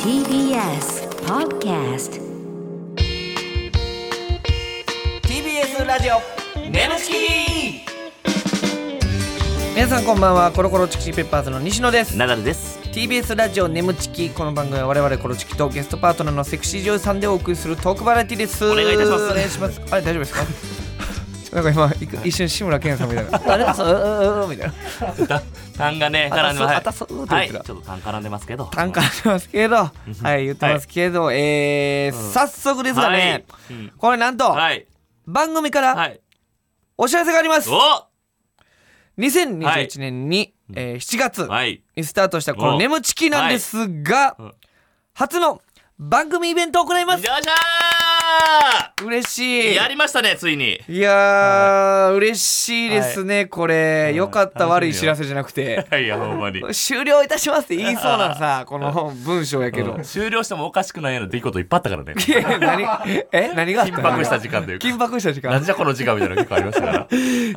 TBS Podcast TBS ラジオネムチキ皆さんこんばんはコロコロチキチキペッパーズの西野ですナダルです。 TBS ラジオ「ネムチキ」この番組は我々コロチキとゲストパートナーのセクシー女優さんでお送りするトークバラエティですお願いいたしますお願いしますあれ大丈夫 ですかなんか今いく一瞬志村けんさんみたい な「あれそううううう」みたいな単がね、絡んでます。あたそうあたそうはい、ってち言っょってと単絡んでますけど。単価ありますけどはい言ってますけど、えー早速ですがね、はいうんこれなんと、はい。番組からはい。お知らせがあります、お2021年に、えー7月、はい。にスタートしたこの「おネムチキ」なんですが、はいうん初の番組イベントを行いまよっすしゃ嬉しーいやりましたね、ついに。いやー、嬉しいですね、これ、よかった楽しみよ悪い知らせじゃなくてはい、や、ほんまに。終了いたしますって言いそう なさこの文章やけど、終了してもおかしくないような出来事いっぱいあったからね。 え何え何があった緊迫した時間というか。緊迫した時な間んじゃこの時間みたいなの結構ありました から。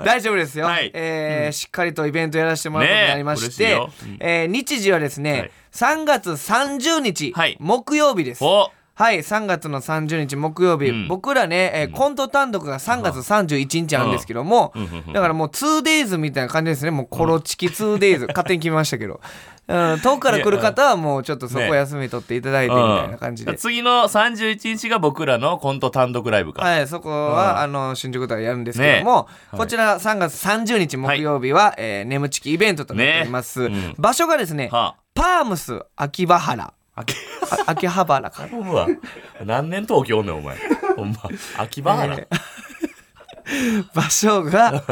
大丈夫ですよ、はいえーしっかりとイベントやらせてもらうことになりましねえて、嬉しいようんえー日時はですね、はい3月30日、はい木曜日ですおはい、3月の30日木曜日、うん僕らね、えーコント単独が3月31日あるんですけども、うんうんうんうんだからもう 2days みたいな感じですねもうコロチキ 2days、勝手に決めましたけど、うん、遠くから来る方はもうちょっとそこ休み取っていただいてみたいな感じで、うん次の31日が僕らのコント単独ライブか。はい、そこは、あの新宿ではやるんですけども、ねこちら3月30日木曜日は、えーネムチキイベントとなっております、ねうん場所がですね、はパームス秋葉原あ。秋あ秋葉原か葉原。何年東京おんねん、お前。ほんま。秋葉原。場所が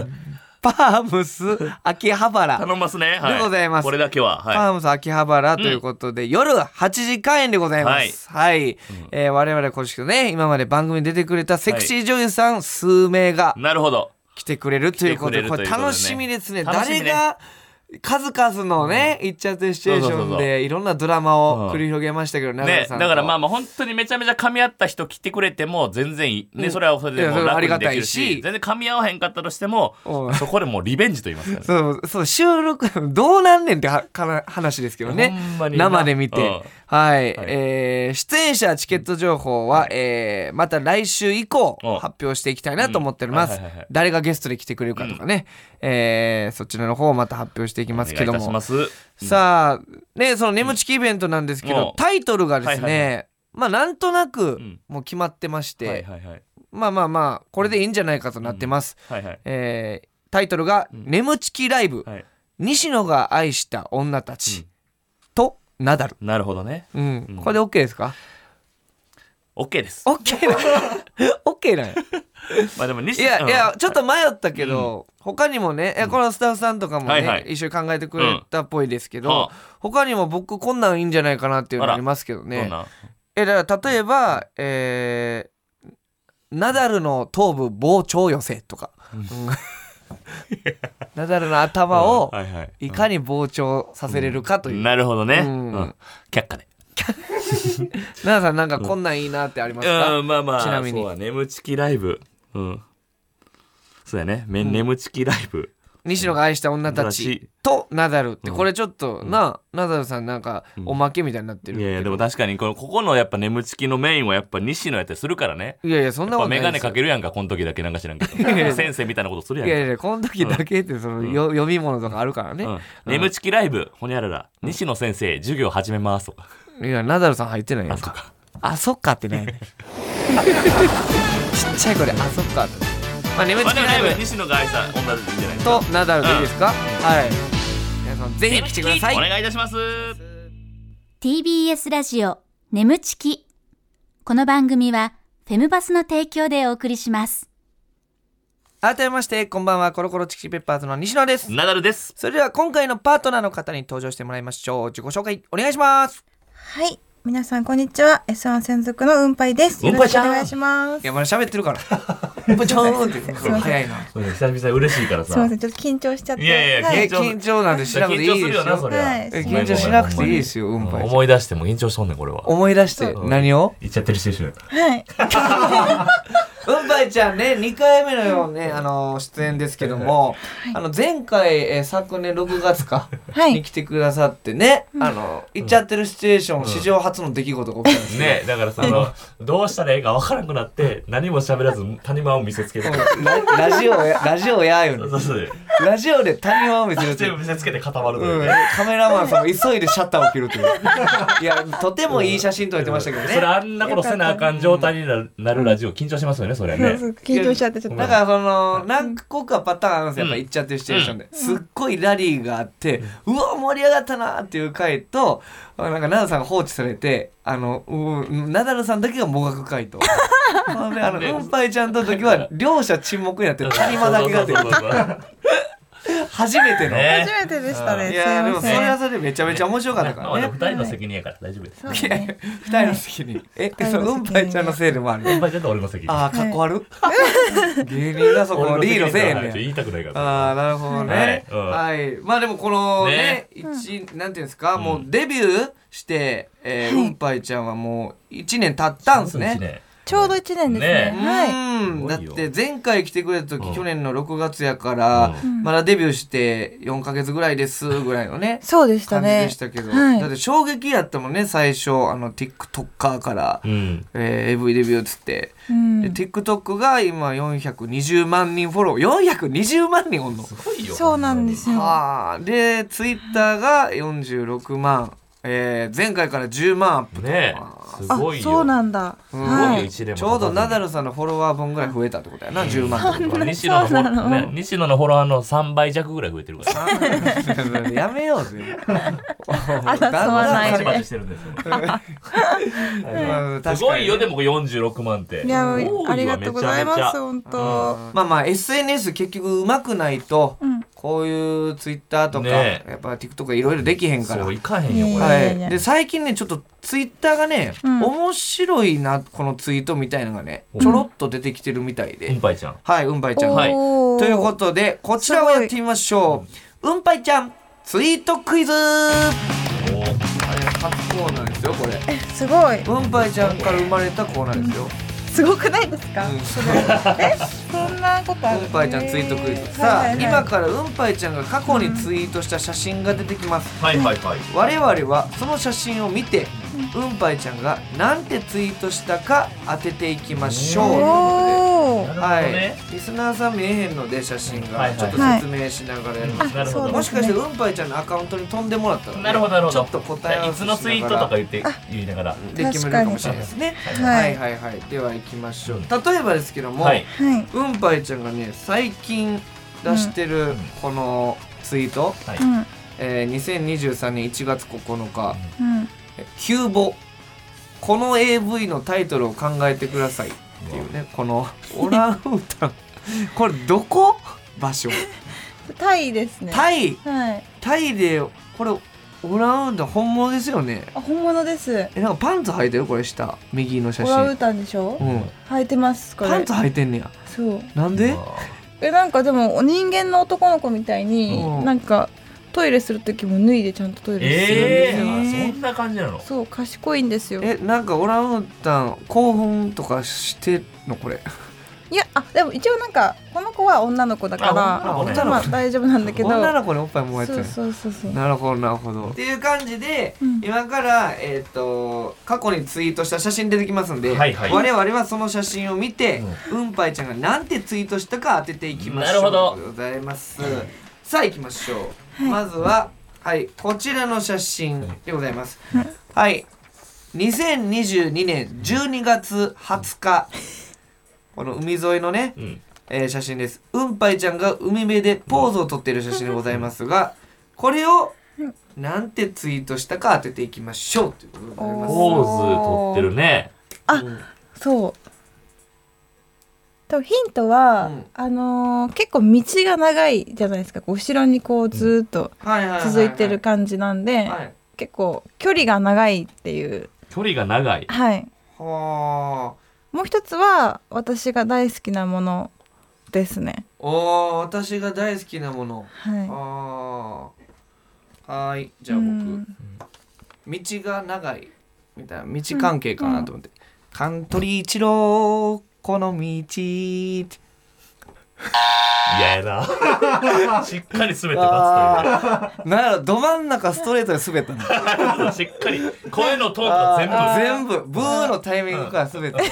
パームス秋葉原頼みますね。はい。でございますこれだけは。パはームス秋葉原ということで、夜8時開演でございます。はい。えー我々公式のね、今まで番組に出てくれたセクシー女優さん数名がい。なるほど。来てくれるということで、来てこくれれるということでね楽しみですね。楽しみ誰ねが数々のね、いっちゃってシチュエーシそうそうョンそうそうでいろんなドラマを繰り広げましたけど、長ね、谷ださんとからまあまあ本当にめちゃめちゃ噛み合った人来てくれても全然いい、ね、それはそれでもいやそう楽にできるれはありがたいしし全然噛み合わへんかったとしてもうんそこでもうリベンジと言いますからねそうそう収録 どうなんねんってはかな話ですけどねほんまにな生で見て、うんはい、えー出演者チケット情報は、えーまた来週以降うん発表していきたいなと思っております、うんはいはいはい誰がゲストで来てくれるかとかね、えーそちらの方をまた発表していきおますけ願いいどたしまもすうんさあねその眠ちきイベントなんですけうんどタイトルがですね、はいはまあなんとなくんもう決まってまして、はいはいはいまあまあまあこれでいいんじゃないかとなってます、はいはいえータイトルが「眠ちきライブ」はい西野が愛した女たち、とナダル、なるほどねうんこれで OK ですか OK です、 OK なんや OK なんやまあ、でも西いやいやうんちょっと迷ったけど、他にもねいやこのスタッフさんとかもね、はいはい一緒に考えてくれたっぽいですけど、うんはあ他にも僕こんなんいいんじゃないかなっていうのありますけどどんねなえだから例えばえーナダルの頭部膨張寄せとか、うん ナダルの頭をうんはいはいいかに膨張させれるかという、なるほどね、ううんん却下で奈々さんなんかこんなんいいなってありますか、うんまあまあちなみにそうだ眠ちきライブうんそうやね、め眠ちきライブ西野が愛した女たちとナダルってこれちょっとな、ナダルさんなんかおまけみたいになってるいけど、やいやでも確かにこのここのやっぱ眠ちきのメインはやっぱ西野やったりするからねいやいやそんなやっこぱとなメいガでネすよかけるやんかこの時だけなんか知らんけいやど先生みたいなことするやいんかやいやこの時だけってその、よ読み物とかあるからね、うん眠ちきライブほにゃらら西野先生授業始めますとかいやナダルさん入ってないやんとかかあそっかって ねちっちゃい声であそっかってまあ眠まちきあでもライブ西野が愛した女でいいんじゃないですかとナダルでいいですか、はい皆さんぜひ来てくださいお願いいたします TBS ラジオ眠ちきこの番組はフェムバスの提供でお送りします改めましてこんばんはコロコロチキチキペッパーズの西野ですナダルですそれでは今回のパートナーの方に登場してもらいましょう自己紹介お願いしますはい。皆さん、こんにちは。S1 専属の運配です。運よ配ろしちくゃおん願いします。いやまだ喋ってる からブチョーン って早いな久々嬉しいからすみません、ちょっと緊張しちゃって。いやいやいやはえい、緊張なんてしなくていいですよれははいえ緊張しなくていいですよ運配思い出しても緊張しとんねんこれは思い出してうん何を言っちゃってるしてるはいうんぱいちゃんね、2回目のようね、あの、出演ですけども、あの、前回、えー昨年6月か、はいに来てくださってね、あの、行っちゃってるシチュエーション、史上初の出来事が起きたんですよねだからそのどうしたらええかわからなくなって何も喋らず谷間を見せつけてうん ララジオや、ラジオやよそねう。そうそうラジオで谷間を見せるってい全部う。見せつけて固まるのうよんね、カメラマンさんも急いでシャッターを切るといういやとてもいい写真撮れてましたけどそれねあんなことせなあかん状態になるなるラジオ緊張しますよねそれねそう緊張しちゃってちょっとだからその何個かパターンあるんですよやっぱ行っちゃってるシチュエーションで、すっごいラリーがあって、うわ盛り上がったなっていう回となんかナダルさんが放置されてあのうんナダルさんだけがもがく回とあのねあのうんぱいちゃんとの時は両者沈黙になって谷間だけがっていうそうそうそうそう初めての、ね初めてでしたねいすいやでまもそれせんはそれでめちゃめちゃ面白かったからまあねでも二人の責任やから大丈夫です そういやいねや二人の責任。え、人のそ責任のうんぱいちゃんのせいでもある先ね。輩ちゃんと俺の責任ああ、かっこ悪 い。芸人がそ俺このリー責ド任せえへんだからねん。言いたくないからああ、なるほどね。は。はいまあでもこのねね、一、なんていうんですか、もうデビューして、えーうんぱいちゃんはもう一年経ったんですそうね。ちょうど一年ですねうねはいん、だっすごいてよ前回来てくれた時、うん去年の6月やから、うまだデビューして4ヶ月ぐらいですぐらいのね、そうでした感じでねしたけど、はいだって衝撃やったもんね、最初、あの、TikToker から。うんえー、AV デビューっつって、うんで TikTok が今420万人フォロー420万人おんのすごいよそうなんですよはあで Twitter が46万、えー、前回から10万アップねすあごいよそうなんだうんはすごいい一年もちょうどナダルさんのフォロワー分ぐらい増えたってことやな10万ってことはね西野のフォロそうなのね西野のフォロワーの3倍弱ぐらい増えてるか らやめよう ぜ争わないバでチバチしてるんですよねうん確かにすごいよでも46万っていや多いわありがとうございめちゃまめちすゃ本当まあまあ SNS 結局うまくないと、うんこういうツイッターとか、ねやっぱ TikTok いろいろできへんからそういかへんよこれはいやいやいやで最近ねちょっとツイッターがね、うん面白いなこのツイートみたいのがねうんちょろっと出てきてるみたいで、うんぱいちゃんはいうんぱいちゃん、はいおーということでこちらをやってみましょううんぱいちゃんツイートクイズお初コーナーですよこれすごいうんぱいちゃんから生まれたコーナーですよ、すごくないですかうんそれえそんなことあるうんぱいちゃんツイートクイズさあはいはいはい今からうんぱいちゃんが過去にツイートした写真が出てきますはいはいはい我々はその写真を見てうんぱいちゃんがなんてツイートしたか当てていきましょうというこおおなとで、るほどはいね、リスナーさん見えへんので写真はがいはいちょっと説明しながらやるんですなるほそうどでもすしかしてうんぱいちゃんのアカウントに飛んでもらったらね、なるほどなるほどちょっと答え合わいせしつながらのツイートとか言って言いながらで決めるかもしれないですねははいいはいはいでは行きましょう例えばですけども、はいはいうんぱいちゃんがね最近出してるこのツイート、はいううんんえー2023年1月9日、うんキューボこの AV のタイトルを考えてくださいっていうねこのオランウータンこれどこ場所タイですねタイはいタイでこれオランウータン本物ですよねあ本物ですえなんかパンツ履いてるこれ下右の写オランウー真タンでしょうん履いてますこれパンツ履いてんねやそうなんでえなんかでも人間の男の子みたいに、うんなんかトイレする時も脱いでちゃんとトイレするんえですえよ、ーそんな感じなのそう賢いんですよえなんかオランウータン興奮とかしてんのこれいやあでも一応なんかこの子は女の子だからあ女の子ねまあ大丈夫なんだけど女の子におっぱいもらえてそるうそうそうそうなるほどなるほど。っていう感じで、うん今から、えっと過去にツイートした写真出てきますんで、はいはい我々はその写真を見て、うんぱいちゃんがなんてツイートしたか当てていきましょうなるほどということでございます。さあ行きましょう。まずは、はい、こちらの写真でございます。はい、2022年12月20日、この海沿いのね、うんえー写真ですうんぱいちゃんが海辺でポーズをとっている写真でございますがこれをなんてツイートしたか当てていきましょうということでございますポーズ取ってるねそう多分ヒントは、うんあのー結構道が長いじゃないですかこう後ろにこうずーっとはいははは続いてる感じなんで、はい結構距離が長いっていう距離が長いはいはあもう一つは私が大好きなものですね。おー私が大好きなものはあーはーいい。じゃあう僕ん道が長いみたいな道関係かなと思って「カントリー一郎この道って嫌やな しっかり滑ってバなんやろど真ん中ストレートで滑ったのツというねしっかり声のトーンが全部全部ブーのタイミングから滑ったブ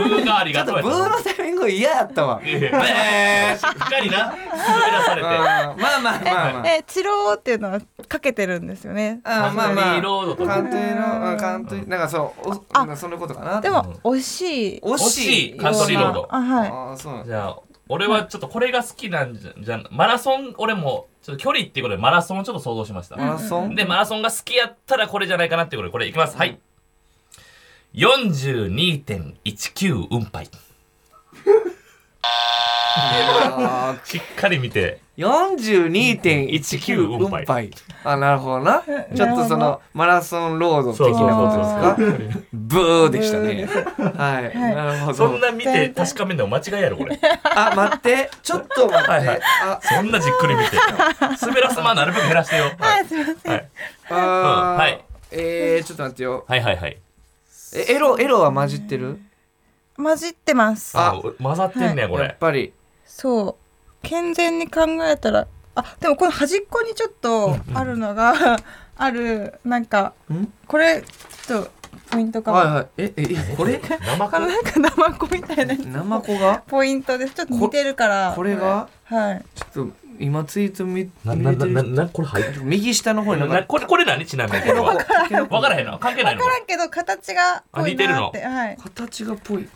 ーがありちょがっととブうやーのタイミング嫌やったわ。うんいやいやブーしっかりな滑らされてまあまあまあまあ。え、チローっていうのはかけてるんですよね。あまあカントまあ。リーロードとカントリーの、うんカントリー、なんかそう、おなんかそのことかな。でも、惜しい。惜惜しいカントリーロードあ、はい。ああ、そうなんだじゃあ俺はちょっとこれが好きなんじゃじゃマラソン俺もちょっと距離っていうことでマラソンをちょっと想像しましたマラソンでマラソンが好きやったらこれじゃないかなっていうことでこれいきますはい42.19運杯あしっかり見てー42.19運杯。あ、なるほどな。ちょっとその、マラソンロード的なことですか。ブーでしたね。はい。なるほそんど。な見て確かめるの間違いやろこれあ、待って。ちょっと待はいっはいて。あ、そんなじっくり見て滑らすまなるべく減らして よ、はいすいません。はい、あーはい。えー、ちょっと待ってよ。はいはいはいえ、エロ、エロは混じってる混じってます。あ混ざってんねやこやれっぱり。そう。健全に考えたら、あ、でもこの端っこにちょっとあるのが、 ある、なんかん、これ、ちょっとポイントかも。はいはい。え、え、えこれ生あかのなんか生子みたいなやつナマコがポイントです。ちょっと似てるから。これがはい。ちょっと今ツイート見な見なれなてなるなこれ入って右下の方になんなかこれこれ何ちなみにこれは分からへんの関係ないわのからんけど形が濃いなって。はい。形がぽい。う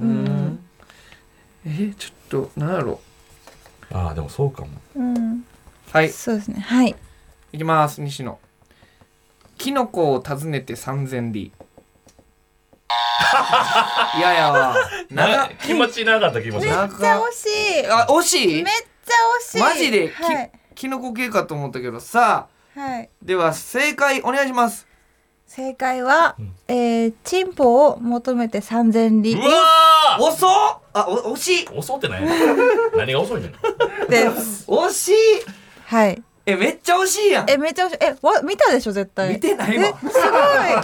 ーうんん。え、ちょっと、なんやろ。ああでもそうかもうん。はい、そうですね。はい。いきます、西野。キノコを訪ねて三千 里。いややわ。長なっ気持ちなかった気持ちめっちなゃかっ惜しい。めっあ、惜しいちゃ惜しい。マジできはい。キノコ系かと思ったけど、さあ、はい。では正解お願いします。正解は、んえー、チンポを求めて三千たう里わ遅っあ、お惜しいー遅ってない何が遅いのです。惜しいはい。え、めっちゃ惜しいやんえ、めっちゃ惜しい。え、わ見たでしょ絶対。見てないえわ。す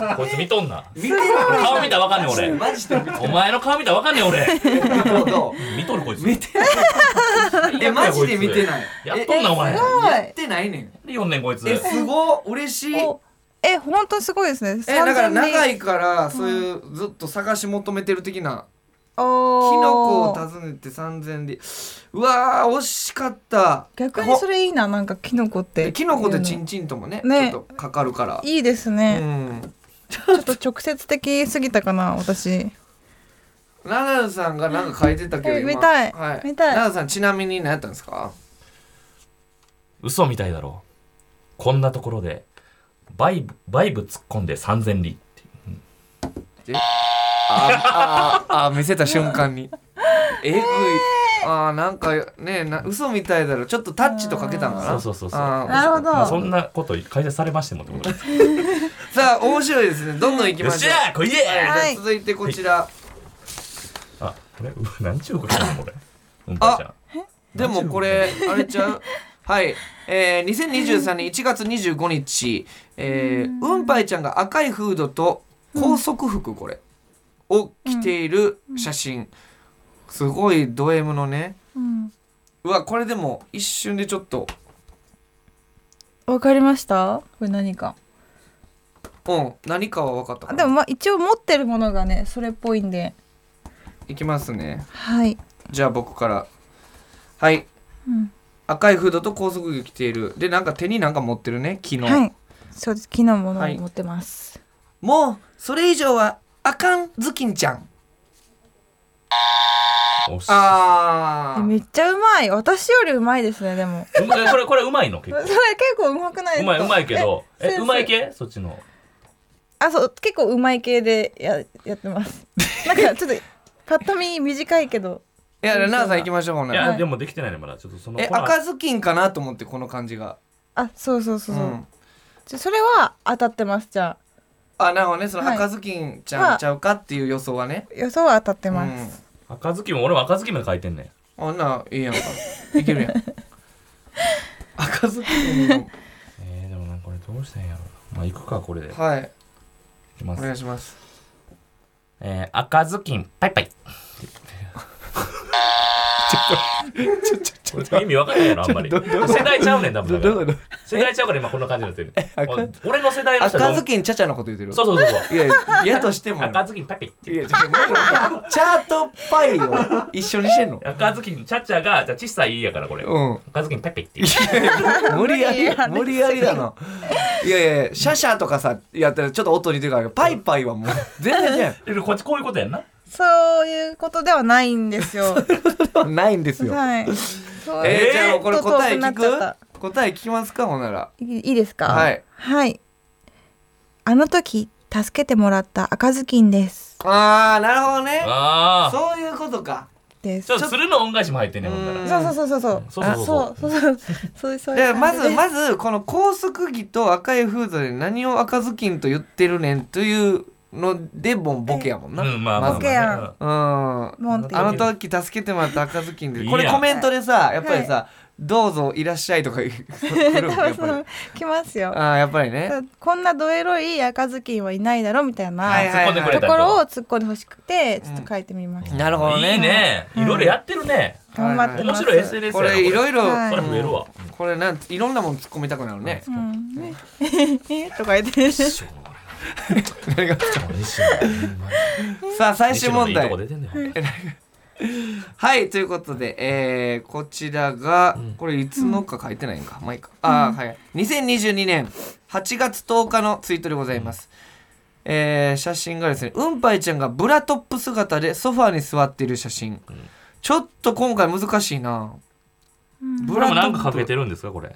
ごい。こいつ見とんな見てない顔見たらわかんねんマジで見て俺お前の顔見たらわかんねん俺ない ど見とるこいつう見てないえ、マジで見てないやっとんなお前すごやっい。てないねん読んねんこいつえ、すごい嬉 しいおえ、本当すごいですね。え、だから3000人長いからそういうずっと探し求めてる的なキおーノコを訪ねて三千里うわー惜しかった逆にそれいいななんかキノコってでキノコでチンチンともねねちょっとかかるからいいですうね、んちょっと直接的すぎたかな私ナダルさんがなんか書いてたけどえ今見たいは見たいナダルさんちなみに何やったんですか嘘みたいだろこんなところでバイブバイブ突っ込んで3000里っていうあああ見せた瞬間にえぐいあーなんかねな嘘みたいだろちょっとタッチとかけたんかなそうそうそうそうあーなるほどまあそんなこと解説されましてもってこ とですよさあ面白いですねどんどん行きまっしょしうゃーこいはいえじゃあ続いてこちらあこれうわ何ちゅう動きなのこれうんばあちゃんでもこれあれちゃ うはいえー、2023年1月25日、えー、うんぱいちゃんが赤いフードと高速服これを着ている写真、すごいド M のねうんうわこれでも一瞬でちょっとわかりましたこれ何かうん何かは分かったかあなでもまあ一応持ってるものがねそれっぽいんでいきますねはいじゃあ僕からはい、うん赤いフードと高速着着ているでなんか手になんか持ってるね昨日、はいそうです木のものはをい持ってます、もうそれ以上はあかんずきんちゃんおしあえめっちゃうまい私よりうまいですねでもう まこれこれうまいの結 構それ結構うまくないでうますかいうまいけどええ先生うまい系そっちのあそう結構うまい系でややってます なんかちょっとパッと見短いけどいや奈々さん行きましょうほんいなやらでもできてないねまだちょっとそのえこの赤ずきんかなと思ってこの感じがあそうそうそううそう、んじゃそれは当たってますじゃああなるほどねそのはい赤ずきんちゃはんちゃうかっていう予想はね予想は当たってうます、ん赤ずきんも俺も赤ずきんまで書いてんねんあんないいやんかいけるやん赤ずきんのえー、でもなんかこれどうしたんやろまあ行くかこれでいはいきまおす願いしますえー、赤ずきんパイパイこれ意味わかんないやろあんまりどど世代ちゃうねん多ど分どうだいうかこら世代ちゃうから今こんな感じになってる赤俺の世代との人赤はずきんちゃちゃのこと言ってるそうそうそうそういやいややとしても赤ずきんパピいやちょっともうチャートパイを一緒にしてんの赤ずきんチャチャがじゃあ小さい家やからこれうん赤ずきんパピっていう 無理やり無理や無理やりりだな。いやいやシャシャとかさやったらちょっと音似てるからパイパイはもう全然ねでこっちこういうことやんなそういうことではないんで すよ。ないん ですよ。はい。そうえいうー、じゃあこれ答え聞ちょっと遠くなっちゃっく答え聞きますかほんなら。いいいですか。はい。はい。あの時助けてもらった赤ずきんです。あーなるほどね。ああそういうことか。です。ちょっと鶴の恩返しも入ってんねんほんならうんそうそうそうそそうそうそう。うあそそううそうそう。そういうそうでいうま感ずじです。 まずこの高速着と赤いフードで何を赤ずきんと言ってるねんというのでもうボケやもんな。うんまあまあまあボケやんうんうんもんっていうあの時助けてもらった赤ずきんでいいやこれコメントでさやっぱりさ、どうぞいらっしゃい」とか言う来るもんやっぱり来ますよ。あーやっぱりねこんなドエロい赤ずきんはいないだろみたいはない突っ込んでくれとたころをり突っ込んでほしくてちょっと書いてみました。なるほどねいいねいろいろやってるね頑張って面ます。白い SNS やなこれいろいろ、はいこれ増えるわこれなんいろんなもん突っ込みたくなるねうん。えとか言って。一緒のこ 何がれ西野ほんまにさあ最終問西野のい題いとこ出てんねんほんまはいということで、えー、こちらが、うんこれいつのか書いてないんか、まあいいかあーはい2022年8月10日のツイートでございます、えー写真がですねうんぱいちゃんがブラトップ姿でソファーに座っている写真、ちょっと今回難しいな、ブこれもなんかトッかプけてるんですかこれ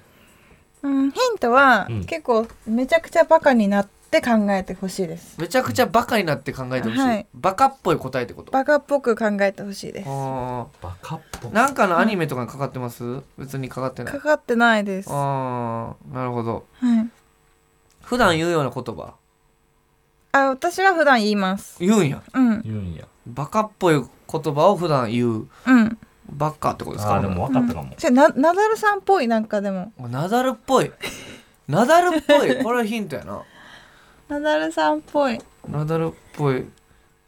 うん、 ヒントは、うん結構めちゃくちゃバカになって考えてほしいです。めちゃくちゃバカになって考えてほしい、はいバカっぽい答えってことバカっぽく考えてほしいです。あバカっぽーなんかのアニメとかにかかってます別にかかってないかかってないです。はあーなるほどい。普段言うような言葉あ、私は普段言います。言うんやうん、言うんやバカっぽい言葉を普段言ううん。バカってことですかあーでも分かったかもじゃ、な、ナダルさんっぽいなんかでも。ナダルっぽい ナダルっぽいこれはヒントやなナダルさんっぽい。ナダルっぽい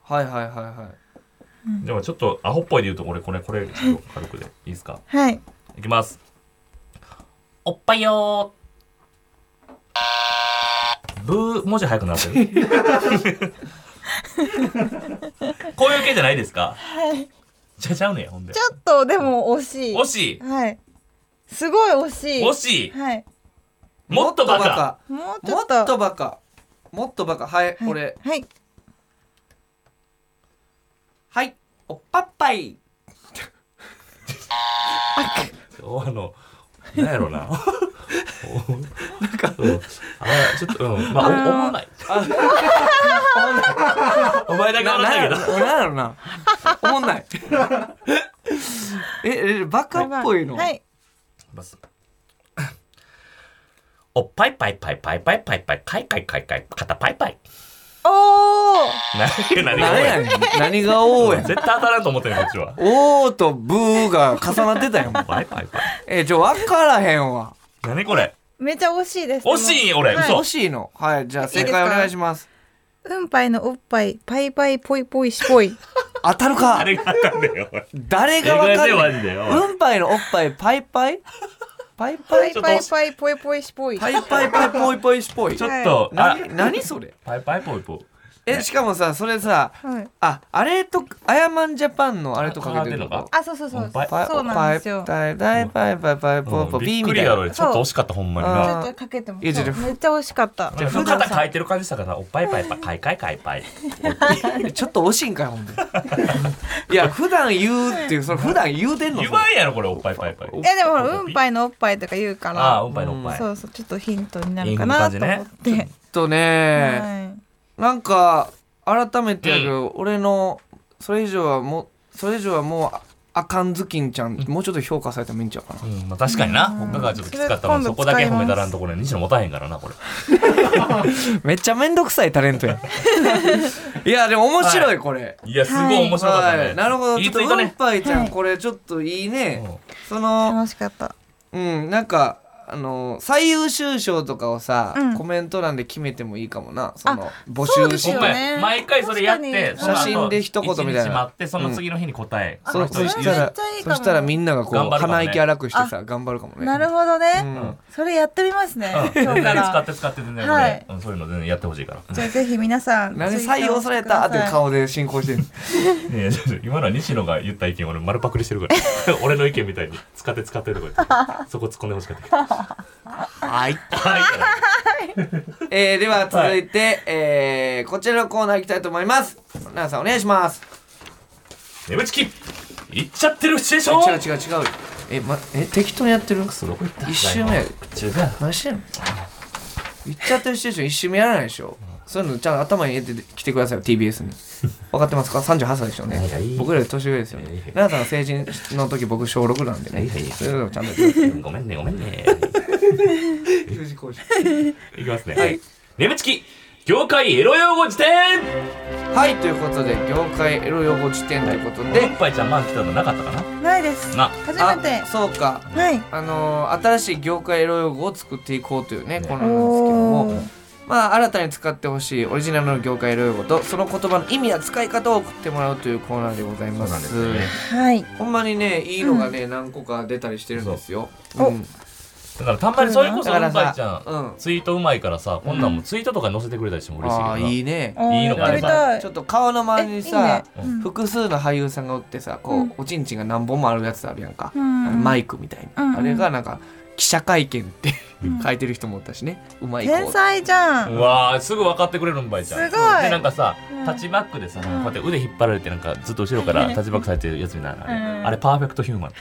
はいはいはいはでもちょっとアホっぽいで言うと俺これこれちょっと軽くでいいですかはい。いきますおっぱいよーブー文字早くなってるこういう系じゃないですかはい。じゃちゃうねんほんでちょっとでも惜しい。惜しはい。すごい惜しいい。惜しいはい。いもっとバカもうちもょっっと。とバカもっとバカはい、はい、俺はい。はいおっぱっぱいおあのなんやろうななんか、うん、あちょっとうんまあおあーおもん ないお前だけおもんないけどななんやろなおもん ないええバカっぽいの、はい。ます。おっぱいぱいぱいぱいぱいぱいぱいかいかいかいかい肩ぱいぱい。おー。何何 何やねん何が王や絶対当たらんと思ってるこっちは。王とブーが重なってたやんもうぱいぱいぱい。えじゃ分からへんわ何これ。めちゃ惜しいです。惜しい俺はい嘘惜しいのはいじゃあ正いいです解かお願いしますうんぱいのおっぱい、パイパイぽいぽいし ぽい。当たるかあれがあったんだよ。おい誰えが分えかでるマジでよ。うんぱいのおっぱいパイパイパイパパイイパイパイぽいぽいしぽい。パイパイパイポイポイしぽいちょっとあ何何それぱいぱいぽいぽい。えしかもさそれさはい。ああれとあやまんジャパンのあれとかけてるあかけてんのかあ、そうそうそおっう。ぱいパイそうなんですよ。ちパイパイパイパイパイポイポうんイびっ B くみりたいやろな俺ちょっと惜しかったほんまにな。ょっとかけても。いやちょっとそうめっちゃ惜しかっなた。んか肩変えてる感じしたかな。おっぱいぱいぱいかいかいかい ぱい。えちょっと惜しいんかいほんでいや普段言うっていうそれ普段言うてんの言わんやろこれおっぱいぱいぱい。いやでもほらうんぱいのおっぱいとか言うあかあら。おっぱいのおっぱい。そうそうちょっとヒントになるかなと思っいいちょて。っとね、はいなんか改めてやけど、俺のそれ以上はもうそれ以上はもうああかんずきんちゃん、もうちょっと評価されてもいいんちゃうかなうんまあ確かにな。他がちょっときつかったもん。そそれこだけ今褒度使いますめたらんところに西野持たへんからなこれ。めっちゃめんどくさいタレントや いやでも面白い、これいやすごい面白かったはね。いなるほどいちいょっとというたんね。ぱいちゃん、はいこれちょっといいね、うんその楽しかった。うんなんかあの最優秀賞とかをさ、うんコメント欄で決めてもいいかもなその募そう集でしすほんよまねや毎回それやって確その後かに写真で一言みたいな一日待ってその次の日に答え、うそんそのう人そ一し緒たにら絶対いいかそもしたらみんながこ頑う張るかもね鼻息荒くしてさ頑張るかもねなるほどね、うんそれやってみますね、うん今日か使っらて使って全然、はい俺うんそういうの全然やってほしいからじゃあぜひ皆さん何ツイッター採用されたっていう顔で進行してるいやちょっと今のは西野が言った意見俺丸パクリしてるから俺の意見みたいに使って使ってとか言ってそこ突っ込んでほしかったはいはいえーでは続いて、えーこちらのコーナー行きたいと思います奈良さんお願いします眠ちきいっちゃってるシチュエーシ違うョン違う違うえ,、ま、え適当にやってるどこ行った一周目口が何してんの言っちゃってるシチュエーション一周目やらないでしょそういうのちゃんと頭に入れてきてくださいよ TBS に分かってますか38歳でしょうねいやいい僕らより年上ですよいやいねや奈良さん成人の時僕小6なんでねいやいやいやそういうのちゃんと言ってごめんねごめんねくださいきますねはい眠ちき業界エロ用語辞典 いはいということで業界エロ用語辞典ということで、でんぱいちゃんまん来たのなかったかなないですな初めてあそうかはいあのー新しい業界エロ用語を作っていこうというねねコーナーなんですけどおもーまあ新たに使ってほしいオリジナルの業界エロ用語とその言葉の意味や使い方を送ってもらうというコーナーでございますはいほんまにねいいのがね、何個か出たりしてるんですよ。そううんだからたんまにそれこそだかうらんぱさいちゃん、うんツイートうまいからさこんなんもツイートとかに載せてくれたりしても嬉しいけあどなあいいね。おーいいのかなやってみたいちょっと顔の周りにさえいいねうん複数の俳優さんがおってさこう、うんおちんちんが何本もあるやつあるやんか、うんあのマイクみたいな、うんあれがなんか記者会見ってん 書いてる人もおったしねうまい子天才じゃうんんわあすぐ分かってくれるんばいちゃんすごいでなんかさうんタッチバックでさ、こうやって腕引っ張られてなんかずっと後ろからタッチバックされてるやつみたいなあれ,、うんあれパーフェクトヒューマンそ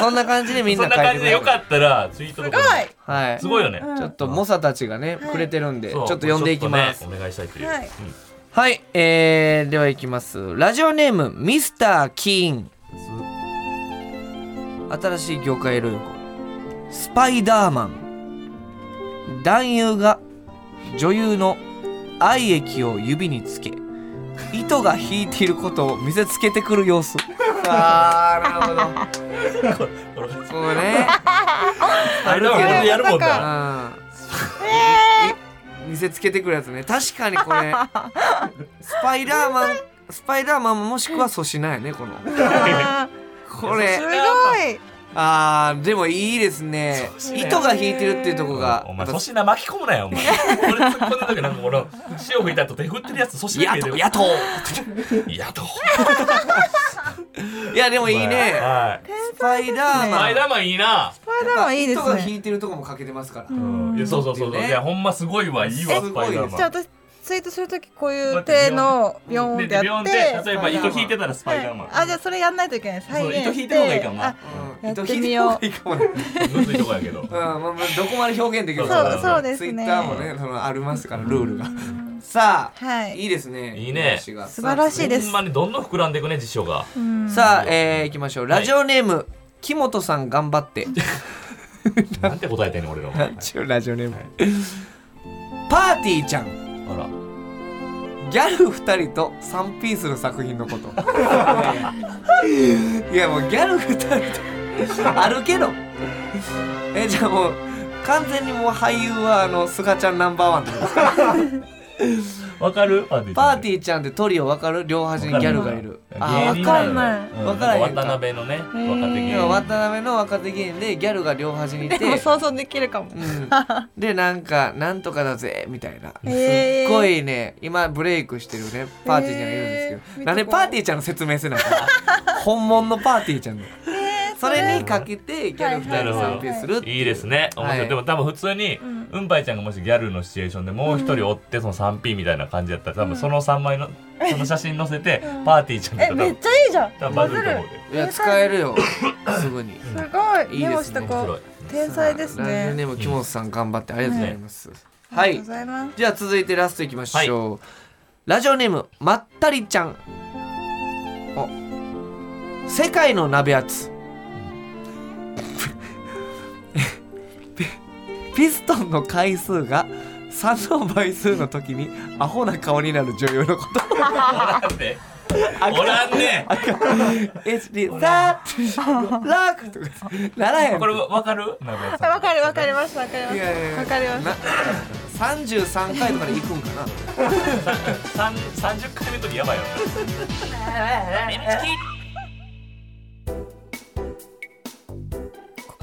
うそんな感じで みんそなん書ないてく感じれでるよかったらツイートとかはいはいすごいよね、うんちょっと猛者たちがね、はいくれてるんでちそょうっと読んでいきます、ちょっとねお願いしたいという、はいうんはいえー、ではいきますラジオネームミスター・キーン新しい業界エロ用語スパイダーマン男優が女優の愛液を指につけ糸が引いていることを見せつけてくる様子あーなる ほどそうねあれだから俺やるもんこれまさなえ見せつけてくるやつね確かにこ れスパイダーマンスパイダーマンもしくは粗品やねこのあこーれすごあーでもいいですね粗品糸が引いてるっていうとこがお前粗品巻き込むなよお前俺突っ込んだ時なんか俺塩吹いた後手振ってるやつ粗品野って党言う野党やといやでもいいねはいスパイダーまあマ前ン田マンいいなこれでもいいです糸が引ねいてるとこもかけてますからうんいやそうそうそうそう、ねいやほんますごいわいいわすスごパいイでダすーじマゃあン私ツイートするときこういう手のビョーンってでやビョンっでて例えば糸引いてたらスパイダーマン、はいあじゃあそれやんないといけない再現してそう糸引いた方がいいかもなあうんやっ糸て引いみてるよう方がいいかもねむずいとこやけどうん、まあまあどこまで表現できるそうかそうですねツイッターもねそのありますからルールがさあ、はいいですねいいね話が素晴らしいですほんまにどんどん膨らんでいくね辞書がうんさあ、えー、いきましょうラジオネーム、木本さん頑張ってなんて答えてんねん俺らなんちゅうラジオネーム、パーティーちゃんあらギャル二人と賛否する作品のこといやもうギャル二人とあるけどえじゃあもう完全にもう俳優はあのスガちゃんナンバーワンなんですかわかるパーティーパーティィーちゃんでトリオ分かる両端にギャルがいるわかある分かんないないーわからへんか渡辺のね若手芸要は渡辺の若手芸人でギャルが両端にいてでも想像できるかもうん、でなんか「なんとかだぜ」みたいなすへーっごいね今ブレイクしてるねパーティーちゃんがいるんですけへどーなんでパーティーちゃんの説明せなあ かん本物のパーティーちゃんのそれにかけてギャル二人を賛否するっていいですね面白い、はいでも多分普通に、うんん、ぱいちゃんがもしギャルのシチュエーションでもう一人追ってその 3P みたいな感じだったら多分その3枚のその写真載せて、パーティーちゃんえとめ多っ分ちゃいいじゃん多分ババズズるとる思うですいや使えるよすぐにすごいいいですねメモしと面こ白いう天才ですさあラジオネねーム木本さん頑張ってありがとうございます、あはいうりがとございますじゃあ続いてラストいきましょう、ラジオネームまったりちゃんお世界の鍋厚 ピストンの回数が3の倍数の時にアホな顔になる女優のことなんでおらんね123ラックとかならへんこれわかる名古屋さんわかるわかりましたわかりまいやいやいしやたわかりましたな33回とかで行くんかなさん30回目の時やばいよこ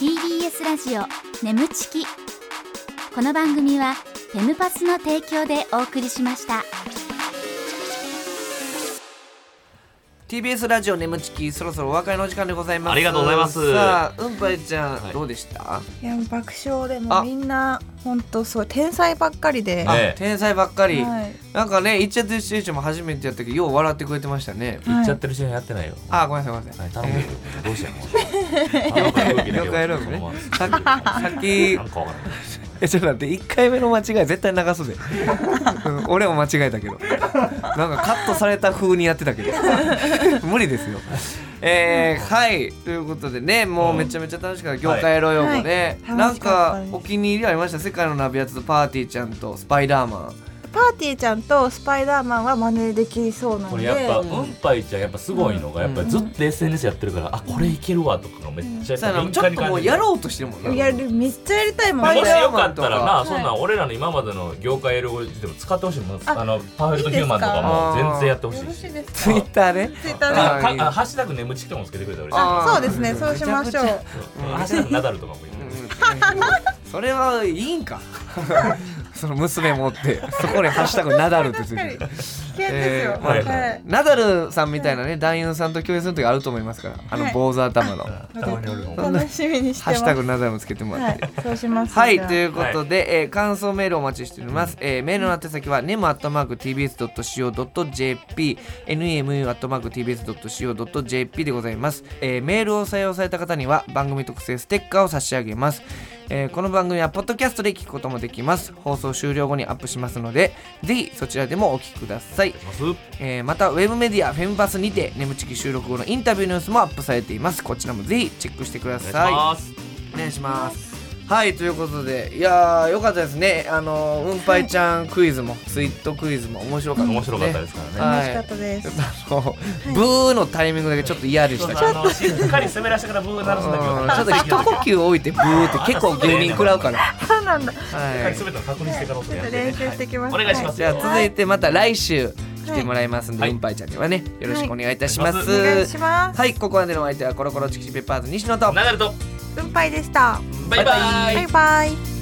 TBS ラジオ眠ちき」この番組は「フェムパス」の提供でお送りしました。 TBS ラジオ眠ちきそろそろお別れの時間でございますありがとうございますさあうんぱいちゃん、はいどうでしたいや爆笑であもみんな本当そう天才ばっかりで、ねえあ天才ばっかり、はいなんかね「いっちゃってるシチュエーション」も初めてやったけどよう笑ってくれてましたね言っちゃってる人にやってないよあごめんなさいごめんなさいはい頼むよどうしたの頼むよ了解了解ねさっさっきなんかわからないえちょっと待って1回目の間違い絶対流す でうん俺も間違えたけどなんかカットされた風にやってたけど 無理ですよえー、はいということでねもうめちゃめちゃ楽しかった「業界ロヨ」もね、はいなん楽しかかったですお気に入りありました「世界のナビやつ」と「パーティーちゃん」と「スパイダーマンパーティーちゃんとスパイダーマンは真似できそうなこのれでやっぱ、うはん、ぱいちゃんやっぱすごいのが、やっぱりずっと SNS やってるから、あこれいけるわとかがめっちゃ」さやあっなぱんかちょっ敏感にと感もうじるやもろうとしてるもんなやるめっちゃやりたいもんスパイしダーマンよかったらな、はいそんなん俺らの今までの業界 l でも使ってほしいもんああのパーフェクトヒューマンとかも全然やってほしよろいししいですツイッター ねツイッターでああかいいあハッシュタグ眠ちきとかもつけてくれたら嬉しいああーそうですねそうしましょうめちゃくうんハッシュタグナダルとかもいいそれはいいん かその娘持ってそこに「ハッシュタグナダル」ってついて確かにる危険ですよ、えーはいはいナダルさんみたいなね男優さんと共演する時あると思いますからあのはい坊主頭のたまに俺も楽しみにしてハッまシすュタグナダルもつけてもらはっていそうしますはいじゃあということで、えー感想メールお待ちしております、えーメールの宛先は nemu.tbs.co.jp nemu.tbs.co.jp でございます、えーメールを採用された方には番組特製ステッカーを差し上げますえーこの番組はポッドキャストで聞くこともできます放送終了後にアップしますのでぜひそちらでもお聞きくださいえーまたウェブメディアフェムパスにて眠ちき収録後のインタビューの様子もアップされていますこちらもぜひチェックしてくだおさい願いします、お願いしますはいということでいやーよかったですねあのーうんぱいちゃんクイズもツイートクイズも面白かった面白かったですすからね楽しかったです、ねちょっとあ のブーのタイミングだけちょっと嫌でしそうたけそうどあのしっかり滑らしてからブー鳴らすんだけうどんちょっと一呼吸置いてブーって結構芸人食らうからそうなんだはいすべての確認してからこそちょやっっとて、練ね、習してきます、はいお願いしますじゃあ続いてまた来週来てもらいますんで、はいうんぱいちゃんにはねよろしくお願いいたします、はいおは願いいします、ここまでのお相手はコロコロチキチキペッパーズ西野とナダルと分配でしたバイバイバイバイ